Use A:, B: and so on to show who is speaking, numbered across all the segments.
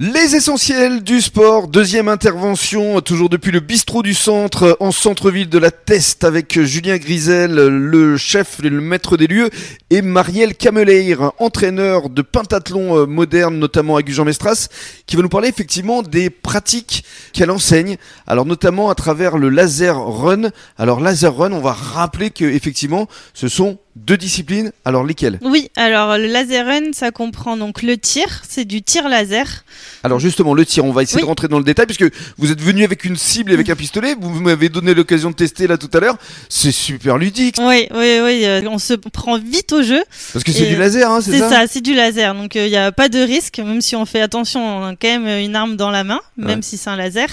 A: Les essentiels du sport, deuxième intervention, toujours depuis le bistrot du centre, en centre-ville de la Teste, avec Julien Grisel, le chef, le maître des lieux, et Marielle Cameleir, entraîneur de pentathlon euh, moderne, notamment à Gujan-Mestras, qui va nous parler effectivement des pratiques qu'elle enseigne, alors notamment à travers le laser run. Alors laser run, on va rappeler que effectivement, ce sont deux disciplines, alors lesquelles
B: Oui, alors le laser run, ça comprend donc le tir, c'est du tir laser.
A: Alors justement, le tir, on va essayer de rentrer dans le détail, puisque vous êtes venu avec une cible
B: Mm.
A: et avec un pistolet, vous m'avez donné l'occasion de tester là tout à l'heure, c'est super ludique,
B: Oui, oui, oui, euh, on se prend vite au jeu.
A: parce que c'est
B: Et
A: du laser, hein, c'est
B: C'est
A: ça,
B: ça, c'est du laser, donc il n'y a pas de risque, même si on fait attention, on a quand même euh, une arme dans la main, même
A: Ouais.
B: si c'est un laser.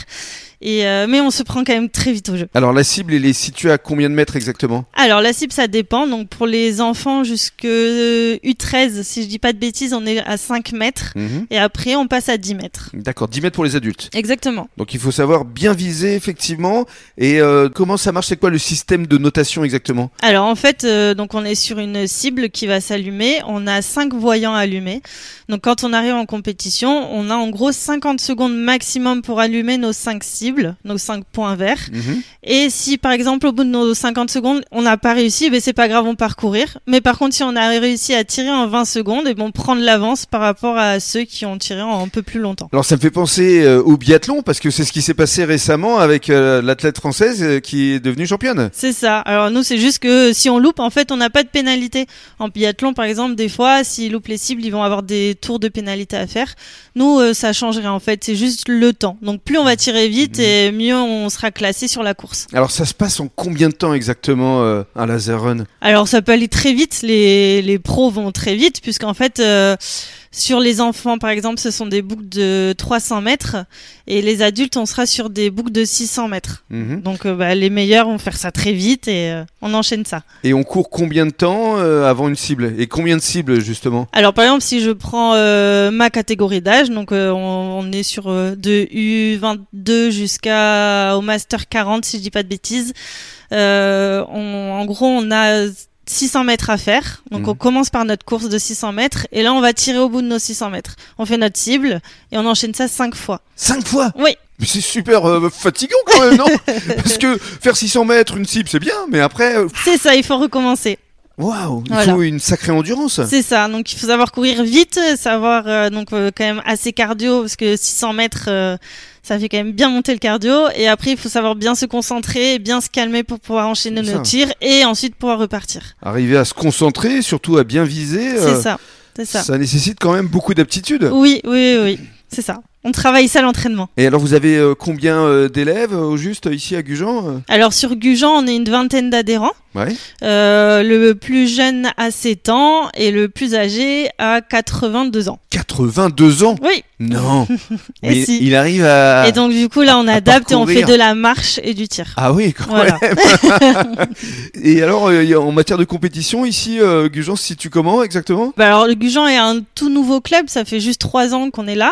B: Et euh, mais on se prend quand même très vite au jeu.
A: Alors la cible, elle est située à combien de mètres exactement
B: Alors la cible, ça dépend. Donc pour les enfants jusque euh, U13, si je dis pas de bêtises, on est à 5 mètres. Et après, on passe à 10 mètres.
A: D'accord, 10 mètres pour les adultes.
B: Exactement.
A: Donc il faut savoir bien viser effectivement. Et euh, comment ça marche C'est quoi le système de notation exactement
B: Alors en fait, euh, donc on est sur une cible qui va s'allumer. On a cinq voyants allumés. Donc quand on arrive en compétition, on a en gros 50 secondes maximum pour allumer nos cinq cibles, nos cinq points verts. Et si par exemple au bout de nos 50 secondes, on n'a pas réussi, ben c'est pas grave, on part courir. Mais par contre, si on a réussi à tirer en 20 secondes, eh ben, et bon, prendre l'avance par rapport à ceux qui ont tiré en un peu plus longtemps.
A: Alors ça me fait penser euh, au biathlon parce que c'est ce qui s'est passé récemment avec euh, l'athlète française euh, qui est devenue championne.
B: C'est ça. Alors nous, c'est juste que si on loupe, en fait, on n'a pas de pénalité. En biathlon, par exemple, des fois, s'ils loupent les cibles, ils vont avoir des tours de pénalité à faire. Nous, euh, ça changerait en fait. C'est juste le temps. Donc plus on va tirer vite, et mieux on sera classé sur la course.
A: Alors ça se passe en combien de temps exactement euh, un laser run
B: Alors ça peut aller très vite, les, les pros vont très vite, puisqu'en fait, euh, sur les enfants par exemple, ce sont des boucles de 300 mètres, et les adultes, on sera sur des boucles de 600 mètres.
A: Mhm.
B: Donc euh, bah, les meilleurs vont faire ça très vite, et euh, on enchaîne ça.
A: Et on court combien de temps euh, avant une cible Et combien de cibles justement
B: Alors par exemple, si je prends euh, ma catégorie d'âge, donc euh, on, on est sur euh, de U22 jusqu'à euh, au Master 40, si je dis pas de bêtises. Euh, on- en gros, on a 600 mètres à faire. Donc
A: Mhm.
B: on commence par notre course de 600 mètres et là on va tirer au bout de nos 600 mètres. On fait notre cible et on enchaîne ça cinq fois.
A: Cinq fois
B: Oui.
A: Mais c'est super euh, fatigant quand même, non Parce que faire 600 mètres, une cible, c'est bien, mais après, euh,
B: C'est ça, il faut recommencer.
A: waouh, il
B: Voilà.
A: faut une sacrée endurance.
B: C'est ça. Donc il faut savoir courir vite, savoir euh, donc euh, quand même assez cardio parce que 600 mètres, euh, ça fait quand même bien monter le cardio. Et après il faut savoir bien se concentrer, et bien se calmer pour pouvoir enchaîner
A: C'est
B: nos
A: ça.
B: tirs et ensuite pouvoir repartir.
A: Arriver à se concentrer, surtout à bien viser. euh,
B: C'est ça. C'est ça.
A: nécessite quand même beaucoup d'aptitude.
B: Oui, oui, oui. C'est ça. On travaille ça à l'entraînement.
A: Et alors, vous avez euh, combien euh, d'élèves euh, au juste ici à Gujan euh
B: Alors sur Gujan, on est une vingtaine d'adhérents.
A: Ouais.
B: Euh, le plus jeune a 7 ans et le plus âgé a 82 ans.
A: 82 ans
B: Oui.
A: Non
B: Et
A: Mais
B: si.
A: il arrive à.
B: et donc du coup là, on
A: Ah. à
B: adapte et on fait
A: parcourir.
B: de la marche et du tir.
A: Ah oui, quand
B: Voilà.
A: même Et alors, euh, y a- en matière de compétition, ici, euh, Gujan se situe comment exactement
B: Bah alors le Gujan est un tout nouveau club, ça fait juste trois ans qu'on est là,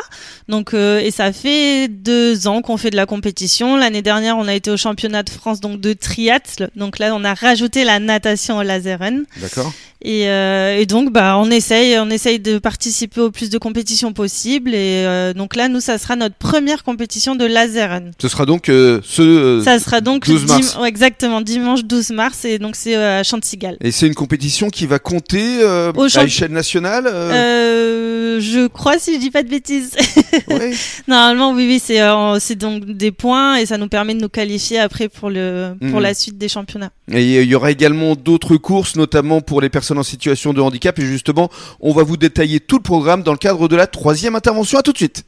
B: donc euh, et ça fait deux ans qu'on fait de la compétition. L'année dernière, on a été au championnat de France donc de triathlon, donc là on a rajouté la natation au laser run
A: D'accord.
B: et, euh, et donc bah on essaye, on essaye de participer au plus de compétitions possible et euh, donc là nous ça sera notre première compétition de laser run.
A: Ce sera donc euh, ce. euh,
B: Ça sera donc
A: 12 mars.
B: dim- ouais, exactement dimanche 12 mars et donc c'est euh, à Chantigal.
A: Et c'est une compétition qui va compter euh,
B: Au champ-
A: à échelle nationale euh,
B: Euh, je crois si je dis pas de bêtises.
A: ouais.
B: Normalement, oui, oui, c'est euh, c'est donc des points et ça nous permet de nous qualifier après pour, le, pour
A: Mhm.
B: la suite des championnats.
A: Et il y aura également d'autres courses, notamment pour les personnes en situation de handicap. Et justement, on va vous détailler tout le programme dans le cadre de la troisième intervention. À tout de suite